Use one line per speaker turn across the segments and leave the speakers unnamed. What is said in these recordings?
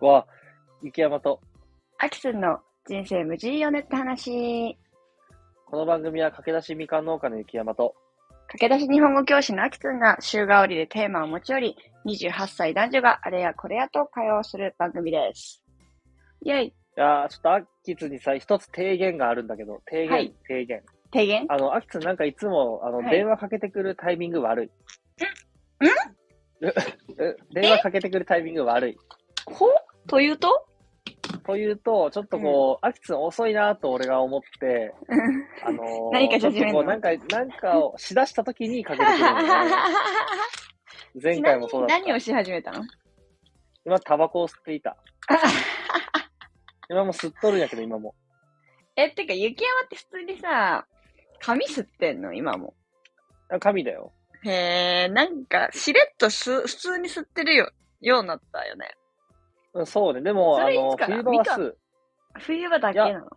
は、雪山と、
アキスンの人生無事よねって話。
この番組は駆け出しみかん農家の雪山と、
駆け出し日本語教師のアキスンが週替わりでテーマを持ち寄り、28歳男女があれやこれやと会話をする番組です。イェイ
いやーちょっとアキツにさ、一つ提言があるんだけど、提言、
はい
提言。
提言
あの、アキツなんかいつも、あの、
はい
電話かけてくるタイミング悪い。
ん
ええ電話かけてくるタイミング悪い。
ほという と
というと、ちょっとこう、アキツ遅いなと俺が思って、あのー
何かし
ちょっ
始
と
めん
こう、
の
なんか、なんかをしだした時にかけてくるんだよね前
ちな
回
み
もそう
に
だった
何。をし始めたの
今、タバコを吸っていた。今も吸っとるんやけど、今も。
え、てか、雪山って普通にさ、髪吸ってんの今も。
あ神だよ。
へえ、なんか、しれっとす、普通に吸ってるよ、ようになったよね。
うんそうね。でも、
そ
あ
れい
の
つ、から
冬場は吸う。
冬場だけなの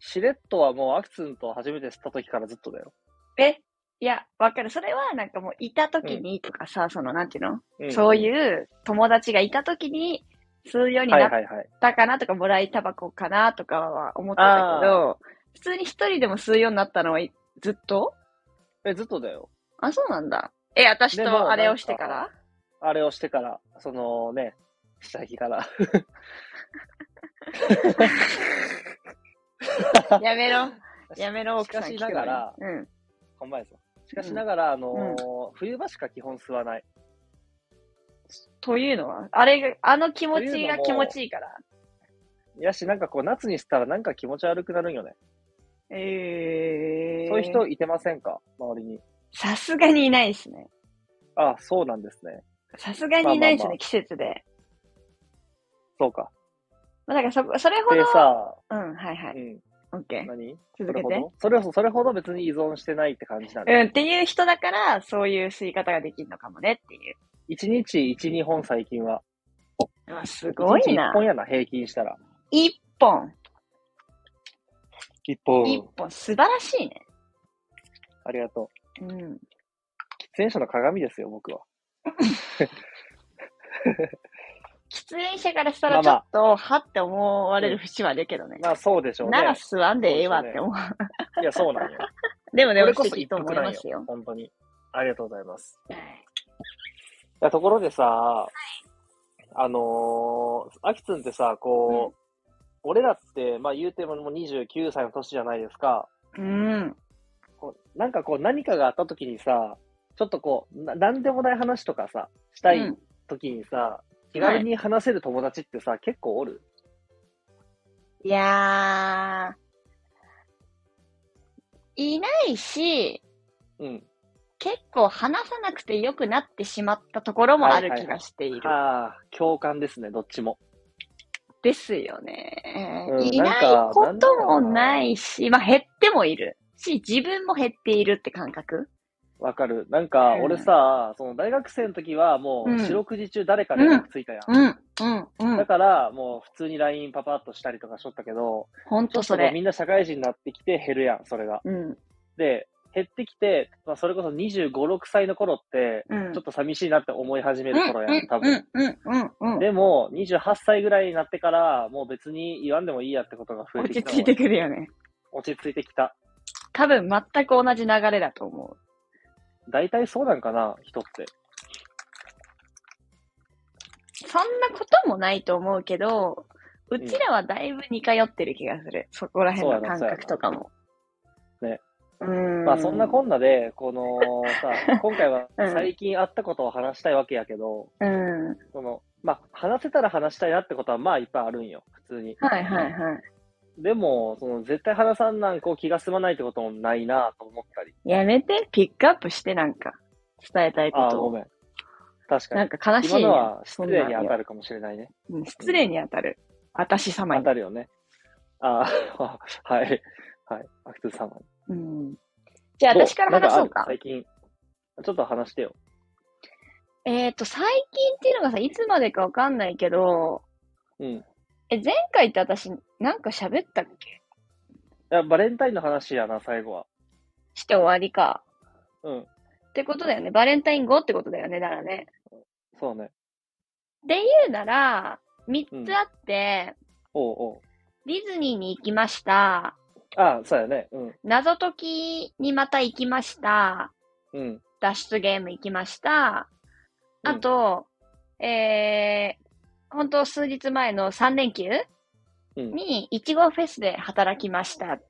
シレットはもう、アキツンと初めて吸った時からずっとだよ。
え、いや、わかる。それはなんかもう、いた時にとかさ、その、なんていうの、
うん
そういう友達がいた時に吸うように
はい
なっ
はいはい。
たかなとか、もらいタバコかなとかは思ってたけど、普通に一人でも吸うようになったのはいずっと
え、ずっとだよ。
あ、そうなんだ。え、私
でも
とあれをして
なん
から
あれをしてから、そのね、下着から。
やめろ。やめろ、
し
奥さ
か
ん
し
聞
な
く
が
わ
ら、
ね。うん。
ほんまやぞ。しかしながら、あのー冬場しか基本吸わない。
というのは、あれが、あの気持
とい
ち
うの
が
も
気持ちいいから。
いやし、なんかこう、夏に吸ったらなんか気持ち悪くなるんよね。
ええー。
そういう人いてませんか周りに。
さすがにいないですね。
あ、そうなんですね。
さすがにいない
まあ
ですね、
まあまあ
季節で。
そうか。
まあ、だからそこ、それほ
で
ど、
さ、
うん、はいは
う
い。
ん、
オッケー。
何そ
続
れ
け
ほ
て。
どそれほど、それほど別に依存してないって感じなんだ
うん、っていう人だから、そういう吸い方ができるのかもねっていう。
一日一、二本最近は。
あすごい
一日
な
一。本やな、平均したら。
一本。
一
一
本。
本。素晴らしいね。
ありがとう。
うん。
喫煙者の鏡ですよ、僕は。
喫煙者からした
ま
ら
あ
ち
ま
ょ
あ
っと、はって思われる節はあるけどね。
まあ、そうでしょうね
な。ら吸わんでええわって思う。
いや、そう なんよ。
でもで
こ
も
れ
素
こそ
敵
一
と思
服
い
なん
ま
よ
すよ。。
本当に。ありがとうございます。
はい
いや、ところでさ、あのー、アキツンってさ、こう、俺らって、まあ言うてももう29歳の年じゃないですか。
うん。
こうなんかこう何かがあった時にさ、ちょっとこう、ななんでもない話とかさ、したい時にさ、気軽に話せる友達ってさ、結構おる
いやー、いないし、
うん。
結構話さなくて良くなってしまったところもある気がしている。
ああ、共感ですね、どっちも。
ですよね、
うん
いない
なんか
こ
なんだ
と
ろ
も
うな
ないし、まあ減ってもいるし、自分も減っているって感覚
わかる。なんか、
うん
俺さ、その大学生の時はも
う
う、
ん
四六時中誰か連絡ついたやん。
うん、うん、う
だ
ん。
から、もう普通に LINE パパッとしたりとかしとったけど、
ほん
ちょ
と
っ
そ
ともう
れ。
みんな社会人になってきて減るやん、それが。
うん、
で、減ってきて、まあ、それこそ25、6歳の頃って、
うん。
ちょっと寂しいなって思い始める頃やん、多
う
分。
ん、うん、うん、うん。
でも、28歳ぐらいになってから、もう別に言わんでもいいやってことが増え
落
てき
ち
た。
着いてくるよね。
落ち着いてきた。
多分全く同じ流れだと思う。
大体そうなんかな、人って。
そんなこともないと思うけど、うちらはだいぶ似通ってる気がする。そこら辺の感覚とかも。
そうやな
うーん。
まあそんなこんなで、このさ、今回は
うん
最近あったことを話したいわけやけど、
うん。
その、まあ話せたら話したいなってことはまあいっぱいあるんよ、普通に。
はいはいはい。
でも、その絶対話さんなんこう気が済まないってこともないなと思ったり。
やめて、ピックアップしてなんか、伝えたいこ
ああ、
と
ご
を。
めん。確か
な
に
ん。か悲しい、
今
ね。
のは失
そん
礼
な
に
んよ
当たるかもしれないね。
うん失礼に当たる。私様
当
に。
たるよね。ああ、 はい。はい。アクトゥ様に。
うん。じゃあ私から話そうか。
どなんある最近。ちょっと話してよ。
えっ、と、最近っていうのがさ、いつまでかわかんないけど、
うん。い
え、前回って私、なんか喋ったっけ
や、バレンタインの話やな、最後は。
して終わりか。
うん。
ってことだよね。バレンタイン後ってことだよね、だからね。
そうね。
で言うなら、 3つあって、
おうおう。
ディズニーに行きました。
ああ、そうやね。うん。
謎解きにまた行きました。
うん。
脱出ゲーム行きました。
うん
あと、えー、本当数日前の3連休
うん。
に、いちごフェスで働きました。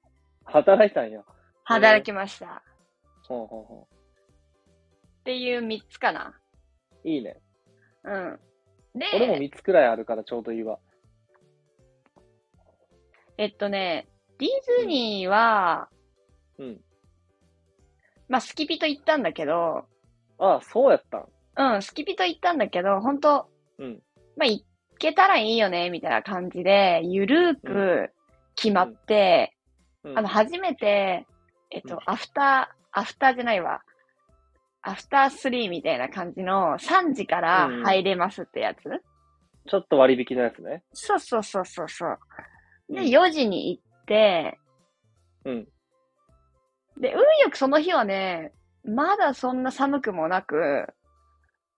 働いたんや。
働きました。
ほうほうほ
っていう3つかな。
う。いいね。
うん。
俺も
で、
3つくらいあるからちょうどいいわ。
えっとね、ディズニーは、
うん。
まあ、スキピと行ったんだけど、
ああ、そうやったん。
うん、スキピと行ったんだけど、本当
うん。
まあ、行けたらいいよね、みたいな感じで、ゆるーく決まって、
うん、
あの、初めて、えっと、
うん
アフター、アフターじゃないわ。アフター3みたいな感じの3時から入れますってやつ、
ちょっと割引のやつね。
そうそうそうそうそう。で、
うん
4時に行って、
うん。
で、運よくその日はね、まだそんな寒くもなく、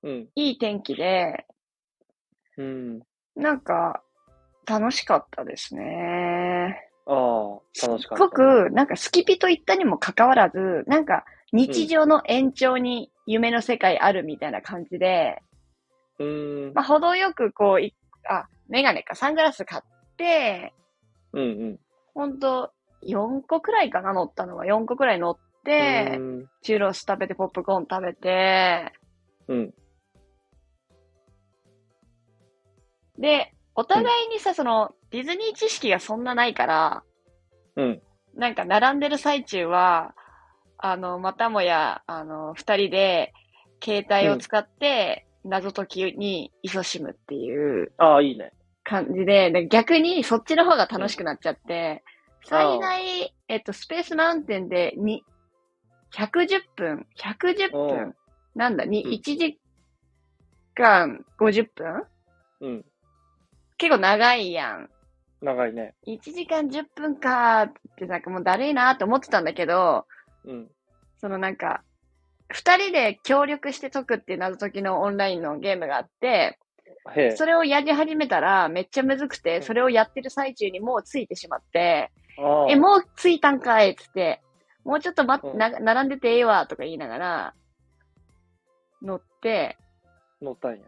うん。
いい天気で、
うん。
なんか、楽しかったですね。
ああ、楽しかった。
すごく、なんかスキピと言ったにもかかわらず、なんか日常の延長に夢の世界あるみたいな感じで、
うーん。
まあ、程よくこうい、あ、メガネか、サングラス買って、
うんうん。
ほんと、4個くらいかな、乗ったのは。4個くらい乗って、
うん
チューロス食べて、ポップコーン食べて、
うん。
で、お互いにさ、その、ディズニー知識がそんなないから、
うん。
なんか並んでる最中は、あの、またもや、あの、二人で、携帯を使って、謎解きに勤しむっていう
ああ、いいね。
感じで、で逆にそっちの方が楽しくなっちゃって、最大、えっと、スペースマウンテンで、に、110分、110
う
分
ん、
なんだ、に、
うん
1時間50分
うん。
結構長いやん。
長いね。
1時間10分かーって、なんかもうだるいなーって思ってたんだけど、
うん。
そのなんか、二人で協力して解くっていう謎解きのオンラインのゲームがあって、
へえ。
それをやり始めたらめっちゃむずく
う
て、
ん
それをやってる最中にもうついてしまって、
ああ。
え、もうついたんかいっつって、もうちょっと待っ
う
て、
ん
な並んでてええわとか言いながら、乗って、
乗ったんや。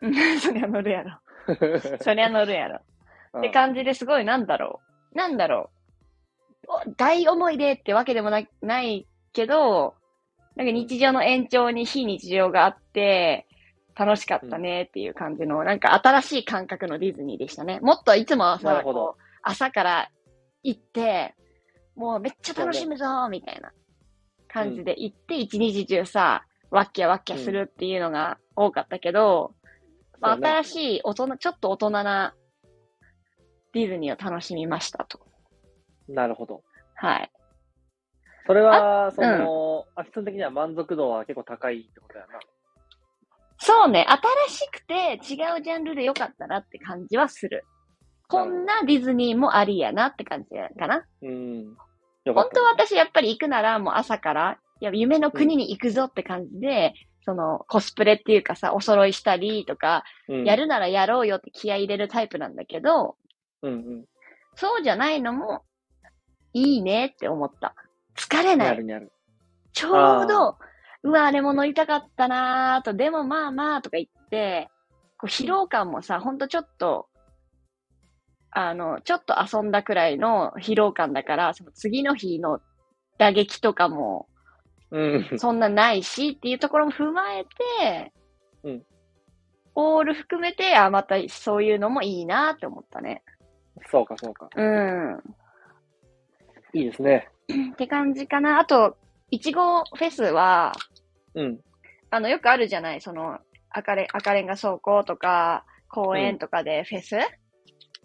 うんそりゃ乗るやろ。そりゃ乗るやろ。って
うん
感じですごいなんだろう。なんだろう。お大思い出ってわけでもなないけど、なんか日常の延長に非日常があって、楽しかったねっていう感じの、なんか新しい感覚のディズニーでしたね。もっといつもは
な
さ
る、ほど
こう朝から行って、もうめっちゃ楽しむぞーみたいな感じで行って、一日中さ、ワッキャワッキャするっていうのが多かったけど、まあ、
そうね
新しい大人、ちょっと大人なディズニーを楽しみましたと。
なるほど。
はい。
それは、その、アキツン的には満足度は結構高いってことやな。
そうね、新しくて違うジャンルでよかったなって感じはする。こんなディズニーもありやなって感じかな。
うん。よかっ
本
た。
当は私やっぱり行くならもう朝から、いや、夢の国に行くぞって感じで、そのコスプレっていうかさ、お揃いしたりとか、
うん
やるならやろうよって気合い入れるタイプなんだけど、
うんうん。
そうじゃないのもいいねって思った。疲れな
や
い
る。にやる。
ちょうど、うわ、あれも乗りたかったなーと、でもまあまあとか言って、こう疲労感もさ、ほんとちょっと、あの、ちょっと遊んだくらいの疲労感だから、その次の日の打撃とかも
うん。
そんなないしっていうところも踏まえて、
うん
オール含めて、あ、またそういうのもいいなって思ったね。
そうか、そうか。
うん。
いいですね。
って感じかな。あと、いちごフェスは、
うん。
あの、よくあるじゃないその、赤レン、赤レンガ倉庫とか、公園とかでフェス、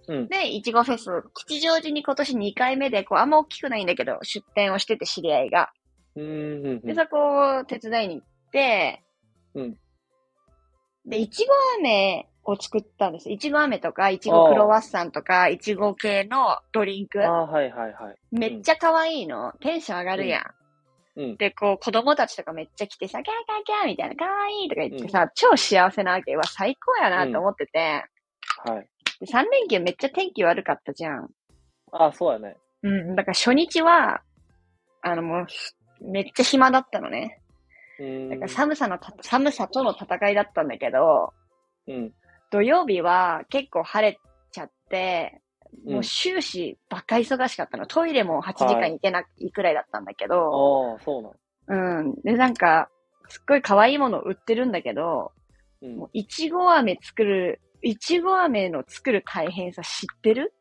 うん。
で、いちごフェス。吉祥寺に今年2回目で、こう、あんま大きくないんだけど、出店をしてて知り合いが。
うんうんう
で、
ん。
そこを手伝いに行って、
うん。
で、いちご飴を作ったんです。いちご飴とか、いちごクロワッサンとか、いちご系のドリンク。
ああ、はいはいはい。
めっちゃ可愛いの。テンション上がるやん。
うん。
で、こう、子供たちとかめっちゃ来てさ、キャーキャーキャーみたいな、かわいいとか言ってさ、超幸せなわけ。うわ、最高やなと思ってて、
はい。
で3連休めっちゃ天気悪かったじゃん。
あ、そうやね。
うん、だから初日は、あのもうひ、めっちゃ暇だったのね。
う
だ
ー
から
ん。
寒さのた、寒さとの戦いだったんだけど、
うん。
土曜日は結構晴れちゃっ
う
て、
ん
もう終始ばっか忙しかったの。トイレも8時間
はい
行けないくらいだったんだけ
ああ
ど、、
そうなの。
うん。で、なんか、すっごい可愛いもの売ってるんだけど、
うん
もう、いちご飴作る、いちご飴の作る大変さ知ってる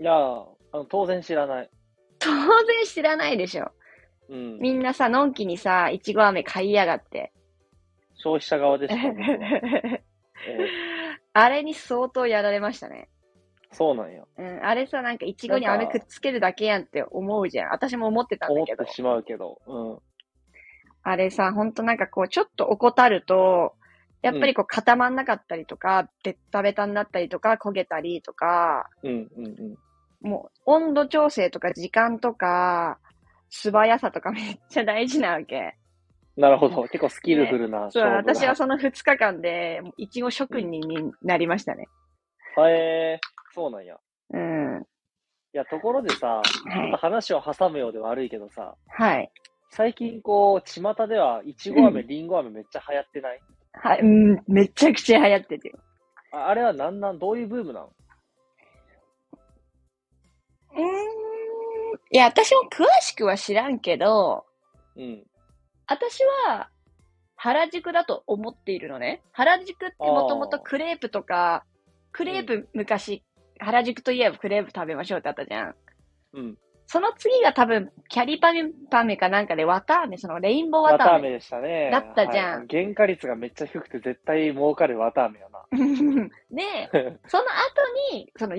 いやーあの、当然知らない。
当然知らないでしょ。
うん。
みんなさ、のんきにさ、いちご飴買いやが って。
消費者側でしか、 僕はえ
あれに相当やられましたね。
ーそうなんや。
うん、あれさ、なんかいちごに
なん
飴
か
くっつけるだけやんって思うじゃん。私も思ってたん
思
だ
っ
けど
て。しまうけど。うん。
あれさ、ほんとなんかこう、ちょっと怠ると、やっぱりこう固まんなかったりとか、ベッタベタになったりとか、焦げたりとか、
うん、うん、うん。
もう温度調整とか時間とか、素早さとか めっちゃ大事なわけ。
なるほど。結構スキルフルな
そう、
勝負だ。
私はその2日間で、いちご職人になりましたね。
へえそうなんや。
うん。
いや、ところでさ、ちょっと
はい。
話を挟むようで悪いけどさ、
はい。
最近こう、巷では、いちご飴、りんご飴めっちゃ流行ってない
はい、うん、めちゃくちゃ流行ってて。
ああれはなんなん、どういうブームなの
うーん。いや、私も詳しくは知らんけど、
うん。
私は原宿だと思っているのね。原宿ってもともとクレープとか、クレープ昔、原宿といえばクレープ食べましょうってあったじゃん。
うん。
その次が多分、キャリパミパメかなんかで、綿飴、そのレインボー
綿
綿飴。
飴でしたね。
だったじゃん
はい原価率がめっちゃ低くて絶対儲かる綿飴やな。
で、その後に、その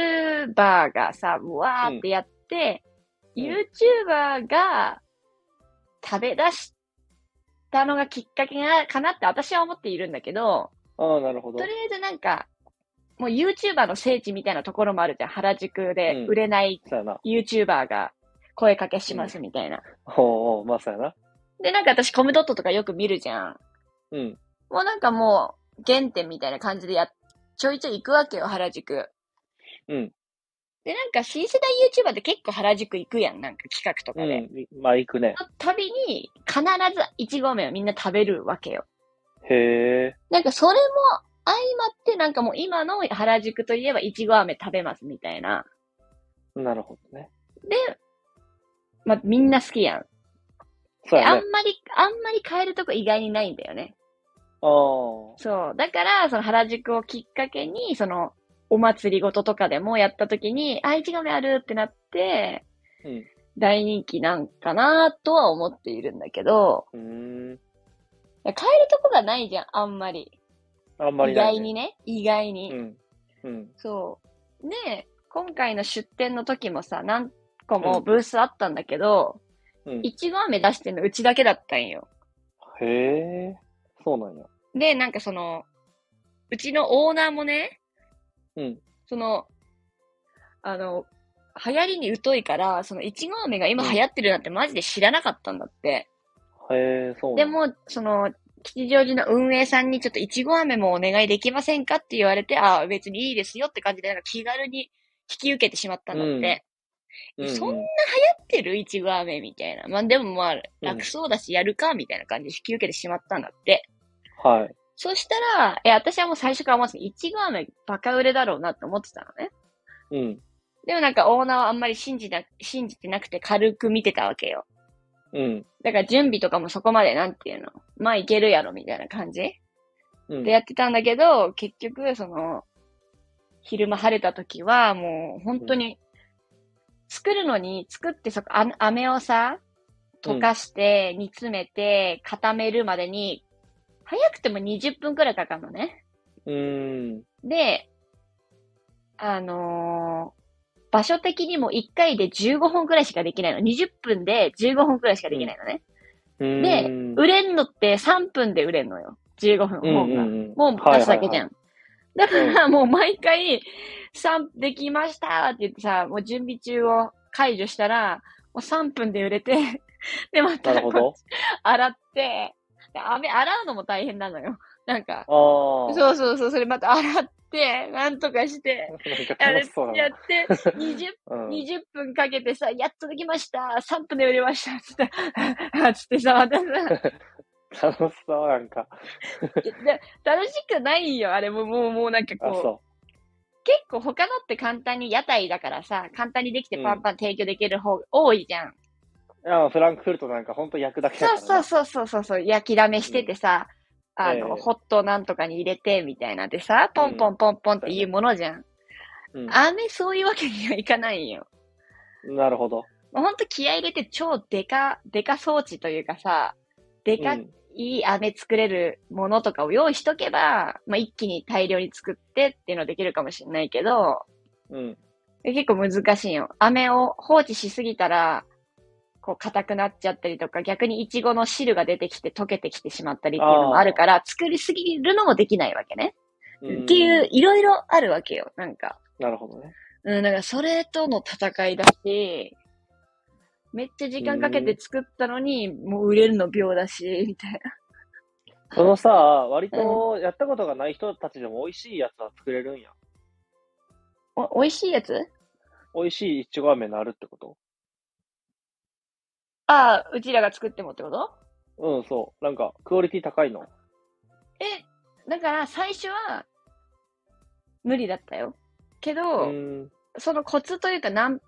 YouTuber がさ、うわーってやっ
う
て、
ん
YouTuber が食べ出したのがきっかけがかなって私は思っているんだけど、
ああ、なるほど
とり。あえずなんか、もう YouTuber の聖地みたいなところもあるじゃん。原宿で売れない
そうやな。
YouTuber が声かけしますみたいな。
おうおう、まあそうやな。
で、なんか私コムドットとかよく見るじゃん。
うん。
もうなんかもう原点みたいな感じでや、ちょいちょい行くわけよ、原宿。
うん。
で、なんか新世代 YouTuber で結構原宿行くやん、なんか企画と
う
かで。
ん。いまあ行くね。
その旅に必ず1合目をみんな食べるわけよ。
へえ。
なんかそれも相まってなんかもう今の原宿といえばいちご飴食べますみたいな。
なるほどね。
まあ、みんな好きやん。
そう
あ
や
ん
ね。
まり、あんまり買えるとこ意外にないんだよね。
ああ。
そう。だから、その原宿をきっかけに、その、お祭りごととかでもやったときに、あ、いちご飴あるってなって、
うん
大人気なんかなとは思っているんだけど、
うーん。
買えるとこがないじゃん、あんまり。
あんまり
意
ない、
外にね、意外に。
うん。うん。
そう。ね今回の出店の時もさ、何個もブースあったんだけど、
うん。
いちご飴出してんのうちだけだったんよ。
へえ。そうなんや。
で、なんかその、うちのオーナーもね、
うん。
その、あの、流行りに疎いから、その、いちご飴が今流行ってるなんてマジで知らなかったんだって。
へえ、そうな
で
んや。
も、その、吉祥寺の運営さんにちょっといちご飴もお願いできませんかって言われて、ああ、別にいいですよって感じで、なんか気軽に引き受けてしまったんだって。
うん
流行
うん、
そんなってるいちご飴みたいな。まあでもまあ、楽そうだしやるかみたいな感じで引き受けてしまったんだって。
はい。
そしたら、え、私はもう最初から思ってた。いちご飴バカ売れだろうなって思ってたのね。
うん。
でもなんかオーナーはあんまり信じな、信じてなくて軽く見てたわけよ。
うん。
だから準備とかもそこまでなんていうの。まあいけるやろみたいな感じ
うん。
でやってたんだけど、結局その、昼間晴れた時はもう本当に、作るのに、作ってそこ、あ飴をさ、溶かして、煮詰めて、固めるまでに、早くても20分くらいかかるのね。
うーん。
で、あのー場所的にも1回で15本くらいしかできないの。20分で15本くらいしかできないのね。
うーん
で売れんのって3分で売れんのよ。15分、本が。
うんうんうん
もう出すだけじゃん。だ
いはい
からもう毎回、3、できましたって言ってさ、もう準備中を解除したら、もう3分で売れて、で、ま
な
た
るほ
こ
ど
っち。洗って、で、雨、洗うのも大変なのよ。なんか、
ああ。
そうそうそう、それまた洗っって、なんとかして、
なんか
やれ
楽しそう
や
だ
って、20
な。うん。
20分かけてさ、やっとできました、3分で売れました、つって、 つってさ、またさ、
楽しそう、なんか。
で楽しくないよ、あれも、もう、もうなんか
あ、
こう、
そ
結構他のって簡単に屋台だからさ、簡単にできてパンパン提供できる方多いじゃん。
う。いや、フランクフルトなんか本当焼くだけだか
そう
ら、ね。
そうそうそうそうそう、焼きだめしててさ、あの、
ええ
ホットなんとかに入れて、みたいなでさ、ポンポンポンポンっていうものじゃん。
うん
あめ、そういうわけにはいかないよ。
なるほど。
もうほんと気合い入れて超デカ、デカ装置というかさ、デカ
うん
いい飴作れるものとかを用意しとけば、まあ、一気に大量に作ってっていうのできるかもしれないけど、
うん。
え結構難しいよ。飴を放置しすぎたら、こう硬くなっちゃったりとか、逆にイチゴの汁が出てきて溶けてきてしまったりっていうのもあるから、作りすぎるのもできないわけね。
うん
っていう、。いろいろあるわけよ。なんか。
なるほどね。
うん、なんかそれとの戦いだし、めっちゃ時間かけて作ったのに、もう売れるの秒だし、みたいな。
そのさ、割とやったことがない人たちでも美味しいやつは作れるんや。
お、美味しいやつ
美味しいいちご飴になるってこと
ああ、うちらが作ってもってこと
うん、そう。なんか、クオリティ高いの。
え、だから最初は無理だったよ。け
う
ど、
ん。
そのコツというかなん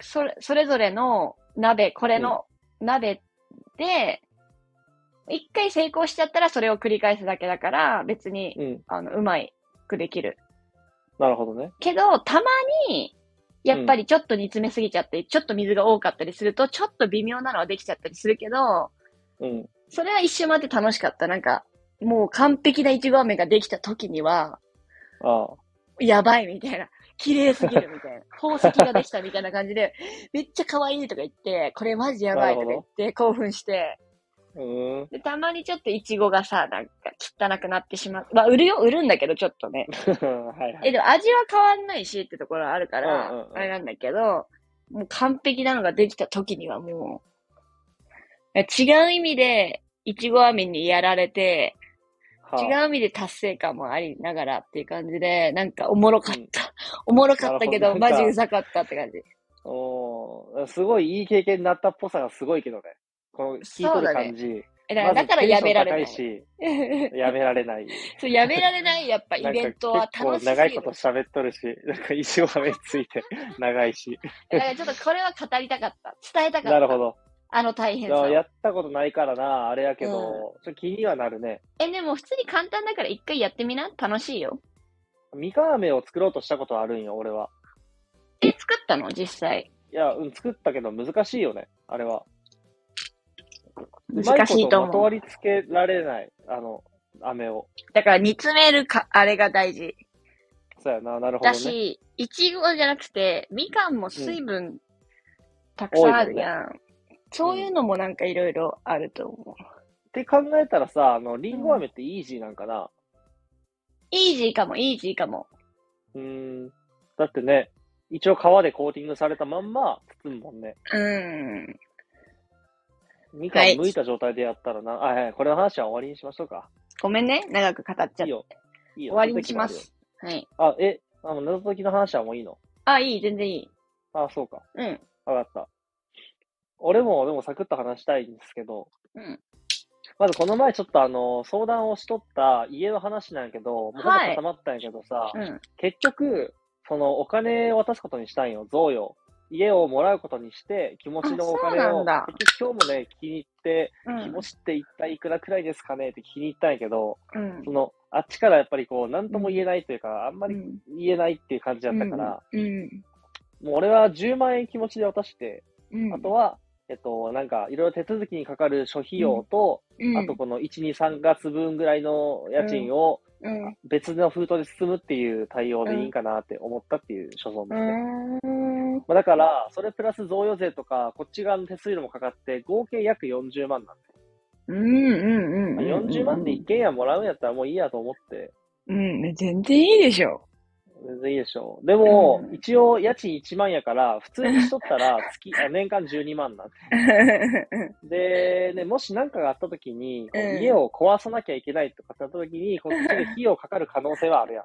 それ、それぞれの鍋、これの鍋で、一回成功しちゃったらそれを繰り返すだけだから、別に、
うん。
あの、うまいくできる。
なるほどね。
けど、たまに、やっぱりちょっと煮詰めすぎちゃって、ちょっと水が多かったりすると、ちょっと微妙なのはできちゃったりするけど、
うん。
それは一瞬待って楽しかった。なんか、もう完璧な一合目ができた時には、
ああ。
やばいみたいな。綺麗すぎるみたいな。宝石ができたみたいな感じで、めっちゃ可愛いとか言って、これマジやばいとか言って、興奮して。
うーん。
で、たまにちょっとイチゴがさ、なんか汚くなってしまう。まあ、売るよ、売るんだけど、ちょっとね。
はいは
え、
い。
でも味は変わんないしってところはあるから、
うんうんうん
あれなんだけど、もう完璧なのができた時にはもう、違う意味で、いちご飴にやられて、違
はあ
う意味で達成感もありながらっていう感じで、なんかおもろかった。 おもろかった
な
け
る
ど、
ほど
マジ
なんか
うざかったって感じ。
おーすごいいい経験になったっぽさがすごいけどね。この聞いとる感じ。
え
ま
だ
ず
だからやめられな
テ
い
ン。ション高いし、やめられない。
そうやめられない、やっぱイ
なんか
ベントは
結
楽
構
しすぎる。
長いこと喋っとるし、なんか石をはめついて 長いし。
だからちょっとこれは語りたかった。伝えたかった。
なるほど。
あの大
い
変さを
ややったことないからな、あれやけど、ちょっと気にはなるね。
え、でも普通に簡単だから一回やってみな。楽しいよ。
みかん飴を作ろうとしたことあるんよ、俺は。
え、作ったの実際。
いや、うん、作ったけど難しいよね、あれは。
難しい
まいこと
と
ま
思
と
う。
わりつけられない、あの、飴を。
だから煮詰めるか、あれが大事。
そうやな、なるほど
だ
ね。
し、いちごじゃなくて、みかんも水分たくさんあるやん。そういうのもなんかいろいろあると思う。
って考えたらさ、あの、りんご飴ってイージーなんかな。
イージーかも、イージーかも。
うーん。だってね、一応皮でコーティングされたまんま包むもんね。
うん。
みかん
はい
剥いた状態でやったらな、あはい、これの話は終わりにしましょうか。
ごめんね、長く語っちゃっ
いい
て。
よ。いい
終
よ。
わりにしま
続き
す。はい。
もあるよ。あ、え、あの、謎解きの話はもういいの
あ、いい、全然いい。
あ、そうか。
うん。
わかった。俺も、でもサクッと話したいんですけど、
うん。
まずこの前ちょっとあの、相談をしとった家の話なんやけど、もうほぼ
はい
固まったんやけどさ、
うん。
結局、そのお金を渡すことにしたんよ、贈与。家をもらうことにして、気持ちのお金
あそ
を、
うなんだ
結局今日もね、気に入って、
うん
気持ちって一体いくらくらいですかねって気に入ったんやけど、
うん
その、あっちからやっぱりこう、なんとも言えないというか、あんまり
うん
言えないっていう感じだったから、
うん。
もう俺は10万円気持ちで渡して、
うん。
あとは、えっと、なんか、いろいろ手続きにかかる諸費用と、
うん、
あとこの1、2、3月分ぐらいの家賃を
うん。う
別の封筒で包むっていう対応でいいんかなって思ったっていう所存ですね。
ーん。
まあ、だから、それプラス贈与税とか、こっち側の手数料もかかって、合計約40万なん
うんうんうんうんう
で、
ん。
まあ40万で一軒家もらうんやったらもういいやと思って、
うん、全然いいでしょ。
全然いいでしょう。でも、
うん
一応家賃1万やから、普通にしとった ら月、あ年間12万なんで。で、ね、もし何かがあった時に、こう
うん
家を壊さなきゃいけないとかってなった時に、こっちで費用かかる可能性はあるやん。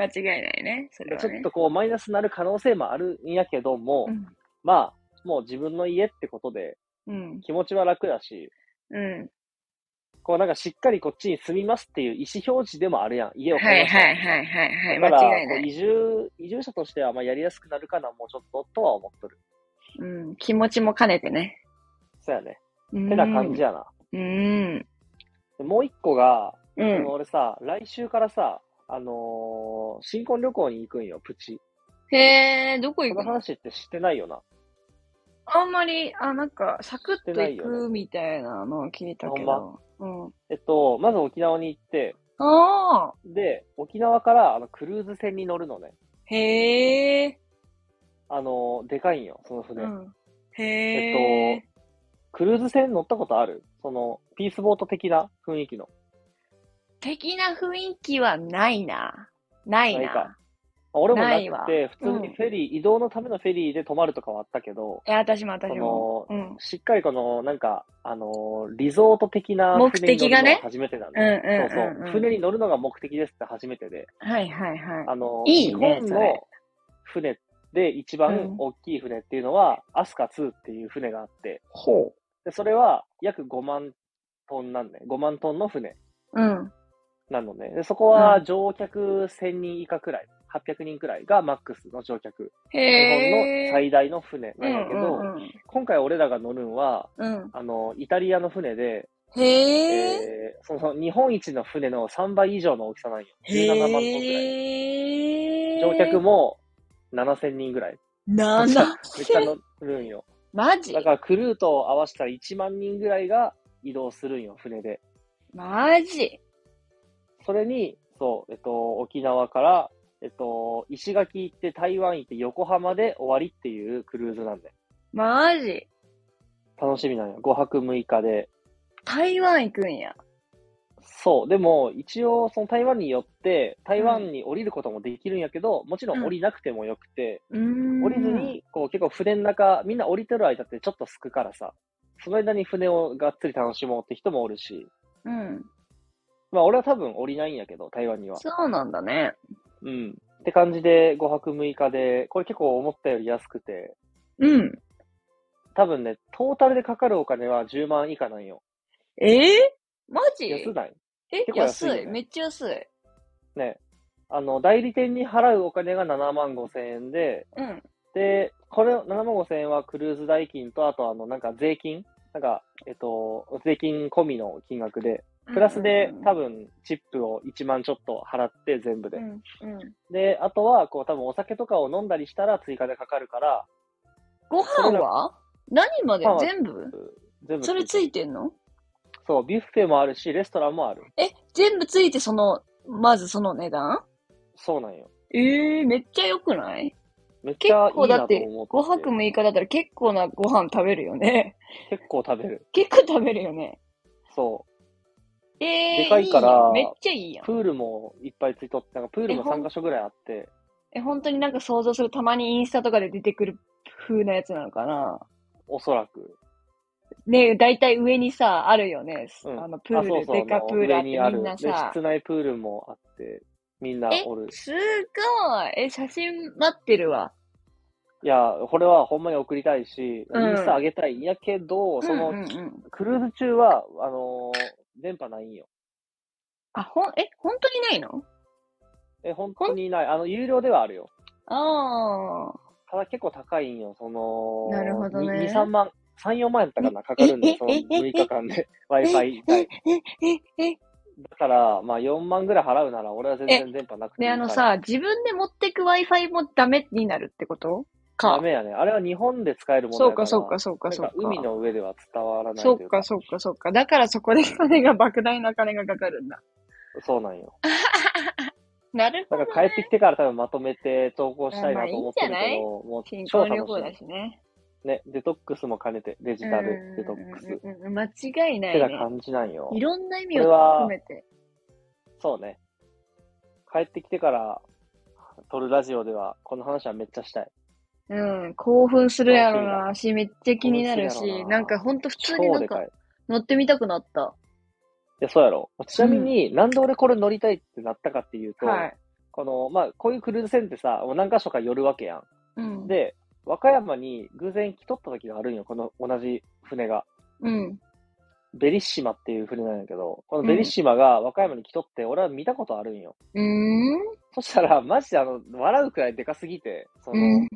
間違いないね。それは
ちょっ
ね。
とこう、マイナスになる可能性もあるんやけども、
うん。
まあ、もう自分の家ってことで、
うん。
気持ちは楽だし、
うん。
こうなんかしっかりこっちに住みますっていう意思表示でもあるやん。家を
は
買い
い
ました。
はいはいはいはい。
だか
間違
ら
い
こ
な
う
い。
移住、移住者としてはまあやりやすくなるかな、もうちょっととは思っとる。
うん。気持ちも兼ねてね。
そうやね。
う
てな
ん。
感じやな。
うん。
でもう一個が、
う
その
ん。
俺さ、来週からさ、あのー新婚旅行に行くんよ、プチ。
へえ、どこ行
この
くの
話って知ってないよな。
あんまり、あ、なんか、サクッ
して
と
ない
行
よね
くみたいなのを聞いたけど。うん。
えっと、まず沖縄に行って、
ああ
で、沖縄からあのクルーズ船に乗るのね。
へえ。
あのーでかいんよ、その
う
船。
ん。へ
えっ
え。
クルーズ船乗ったことあるその、ピースボート的な雰囲気の。
的な雰囲気はないな。ない
ないか
な。
あ俺も
な
ない
わ
くて、普通
うん
にフェリー、移動のためのフェリーで泊まるとかはあったけど、
え、私も私も。うん。
しっかりこの、なんか、あのーリゾート的な
目
船に乗る
的が
の
ね
は初めてなん
う
だ
ん
よ。
う
そ
ん
うそう
うんうん。
船に乗るのが目的ですって初めてで。
はいはいはい。
あの、
いい
日
ね
本
それ
の船で一
うん
番大きい船っていうのは、アスカ2っていう船があって、
ほ
でそれは約5万トンなんね。5万トンの船
う。うん。
なのね。でそこ
う
は乗客1000人以下くらい、800人くらいがマックスの乗客。
へ
日本
え。
の最大の船なんだけど、
うんうん
今回俺らが乗るんは、
うん。うん。
あの、イタリアの船で、
へえ。
えーその日本一の船の3倍以上の大きさなんよ。17万トンくらい。
へえ。
乗 客も7000人くらい。
7
めっちゃ
千。
乗るんよ。
マジ
だからクルーと合わせたら1万人ぐらいが移動するんよ、船で。
マジ
それに、そう、えっと、沖縄から、えっと、石垣行って台湾行って横浜で終わりっていうクルーズなんで。
マジ
楽しみなんよ。5泊6日で。
台湾行くんや。
そう。でも、一応、その台湾によって、台湾に降りることもできるんやけど、もちろん降りなくてもよくて、
うーん。
降りずに、こう、結構船の中、みんな降りてる間ってちょっとすくからさ、その間に船をがっつり楽しもうって人もおるし、
うん。
まあ俺は多分降りないんやけど、台湾には。
そうなんだね。
うん。って感じで5泊6日で、これ結構思ったより安くて、
うん。
多分ね、トータルでかかるお金は10万以下なんよ。
ええマジ
安ない。
え
結構安
安
いよね
い。めっちゃ安い。
ね。あの、代理店に払うお金が7万5千円で、
うん。
で、これ、7万5千円はクルーズ代金と、あとあの、なんか税金なんか、えっと、税金込みの金額で、プラスで多分チップを1万ちょっと払って全部で
う。ん。うん。
で、あとは、こう多分お酒とかを飲んだりしたら追加でかかるから、
ご飯は何まで
ご飯は
全部
全部
それつ
い
いてんの
そう、ビュッフェもあるし、レストランもある。
え、全部ついてその、まずその値段
そうなんよ。
ええめっちゃ良くない
めっち
結
ゃいい
構だ
な
っ
と
て
思って。
5泊6日だったら結構なご飯食べるよね。
結構食べる。
結構食べるよね。
そ
ええ
でかいから
めっちゃいいや
う。
ん
プ。ールもいっぱいついとって、なんかプールも
えほん
3カ所ぐらいあって、
え、本当になんか想像する、たまにインスタとかで出てくる風なやつなのかな
おそらく。
ねだいたい上にさ、あるよね。
うん
あの、プール、
あそうそう
でかプールあっ
上
て
にあ
み
る
んな
で、
さ。
室内プールもあって、みんな
え
おる、。
すごいえ、写真待ってるわ。
いや、これはほんまに送りたいし、
うん
インスタあげたいんやけど、その、
うんうんうん、
クルーズ中は、あのー電波ないんよ。
あ、ほん、え、本当にないの
え、本当にない。あの、有料ではあるよ。
ああ。
ただ結構高いんよ、その、
なるほどね
2、3万、3、4万やったかな、かかるんで
え、
その
ええ
6日間で、
え
Wi-Fi
え、
代。
え、え、え。
だから、まあ4万ぐらい払うなら、俺は全然電波なくていい
で、
から。
あのさ、自分で持ってく Wi-Fi もダメになるってこと
ダ
か。
メやね。あれは日本で使えるもの
そ
や
う
から
か、そうか、そうか、そう
なん
か
か。海の上では伝わらない
そ
といううか。
か、そうか、そうか。だからそこで金が、莫大な金がかかるんだ。
そうなんよ。
なる
だ
ほど。
から帰ってきてから多分まとめて投稿したいなと思ってるけ
まあいいんじゃない
ど、もう
新
超
婚旅
楽
行
し
だしね。
い。ね、デトックスも兼ねて、デジタルデトックス。っ
うんうんうんうん間違いな
て
い
な
ね。
感じなんよ
い。ろんな意味を含めて。
そうね。帰ってきてから撮るラジオでは、この話はめっちゃしたい。
うん、興奮するやろな
楽
し、めっちゃ気になる
興奮するや
し、
ろな
なんかほんと普通に
超
なん
でか
か
い。
乗ってみたくなった。
いや、そうやろ。ちなみに、なんで俺これ乗りたいってなったかっていうと、
はい。
この、まあ、こういうクルーズ船ってさ、もう何箇所か寄るわけや
うん。
ん。、で、和歌山に偶然来とった時があるんよ、この同じ船が。
うん。
ベリッシマっていう船なんやけど、このベリッシマが和歌山に来とって、俺は見たことあるんよ。
うーん。
そしたら、マジであの、笑うくらいでかすぎて、その、
うん。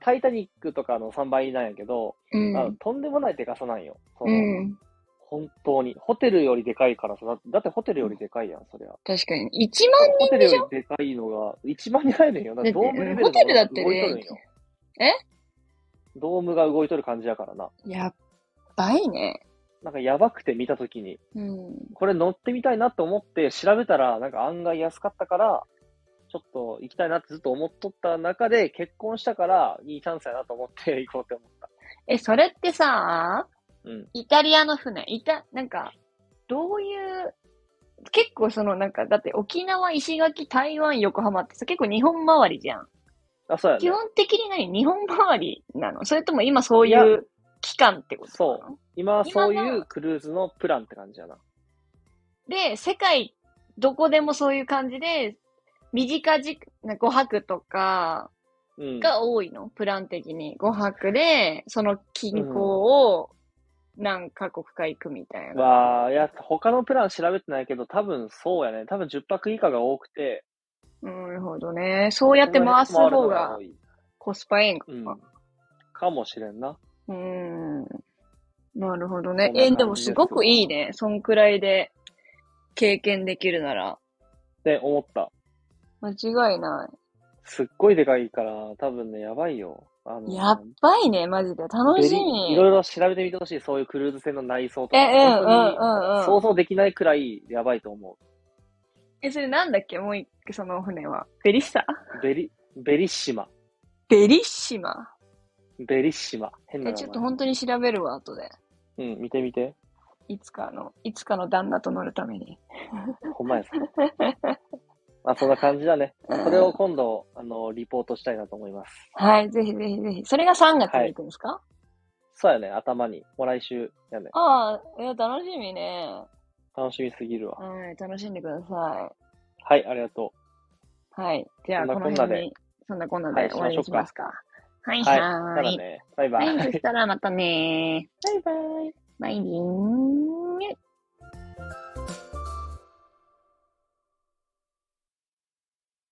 タイタニックとかの3倍なんやけど、
うん。
あのとんでもないでかさなんよ。その
うん。
本当に。ホテルよりでかいからさ、だだってホテルよりでかいやん、そりゃ。
確かに。1万
ホテ
人
ル
でし
よ
ょ
りでかいのが、1万人入るんよ。だってド
だっ
ー
て
ムレベル
ホテルだってね
動いとるんよ。
え
ドームが動いとる感じやからな。
やっばいね。
なんかやばくて見たときに、
うん。
これ乗ってみたいなと思って調べたら、なんか案外安かったから、ちょっと行きたいなってずっと思っとった中で、結婚したからいいチャンスやなと思って 行こうって思った。
え、それってさ、
うん。
イタリアの船、イタ、なんか、どういう、結構そのなんか、だって沖縄、石垣、台湾、横浜ってさ、結構日本周りじゃん。
あ、そうや
基
ね。
本的に何日本周りなのそれとも今そうい
いや
う期間ってことなの
今、
今
そ
は
ういうクルーズのプランって感じやな。
で、世界、どこでもそういう感じで、短時間、5泊とか
うん。
が多いの、プラン的に。5泊で、その近郊を何カ国か行くみたいな。
まあ、いや、他のプラン調べてないけど、多分そうやね。多分10泊以下が多くて。
うんなるほどね。そうやって回す方が
回る
コスパええんか。
のが多い。うん。かもしれんな。
うん。なるほどね
こ。んな
え、
感じ
でもすごくいいね。そんくらいで経験できるなら。
って思った。
間違いな
すっごいでかいから、多分ね、やばいよ。あの
い。やっばいね、マジで。楽し
ベリ
み。
いろいろ調べてみてほしい。そういうクルーズ船の内装とか。
え、うん、うん、う
本当に
ん、うん。
想像できないくらいやばいと思
え、それなんだっけもう一個、その船は。ベリッサ
う。ベリ、ベリッシマ。
ベリッシマ。
ベリッシマ。変な
え、
名前。
ちょっと本当に調べるわ、後で。
うん、見てみて。
いつかの、いつかの旦那と乗るために。
ほんまやさ。 まあ、そんな感じだね。それを今度、あの、リポートしたいなと思います。
はい、ぜひぜひぜひ。それが3月に行くんですか、
そうやね、頭に。もう来週やね。
ああ、え、楽しみね。
楽しみすぎるわ。
はい、楽しんでくださ
はい、ありがと
い。はい、じゃ
そ
あ、
んな
この
こんなで
辺に、そんなこんな
は
で
い
終わりにしますか。は
う。
い、
はい。
は
ただ
ーい。
ね、バイバ
はい、
イ
そ。したらまたね
バイバイ。
バイビーン。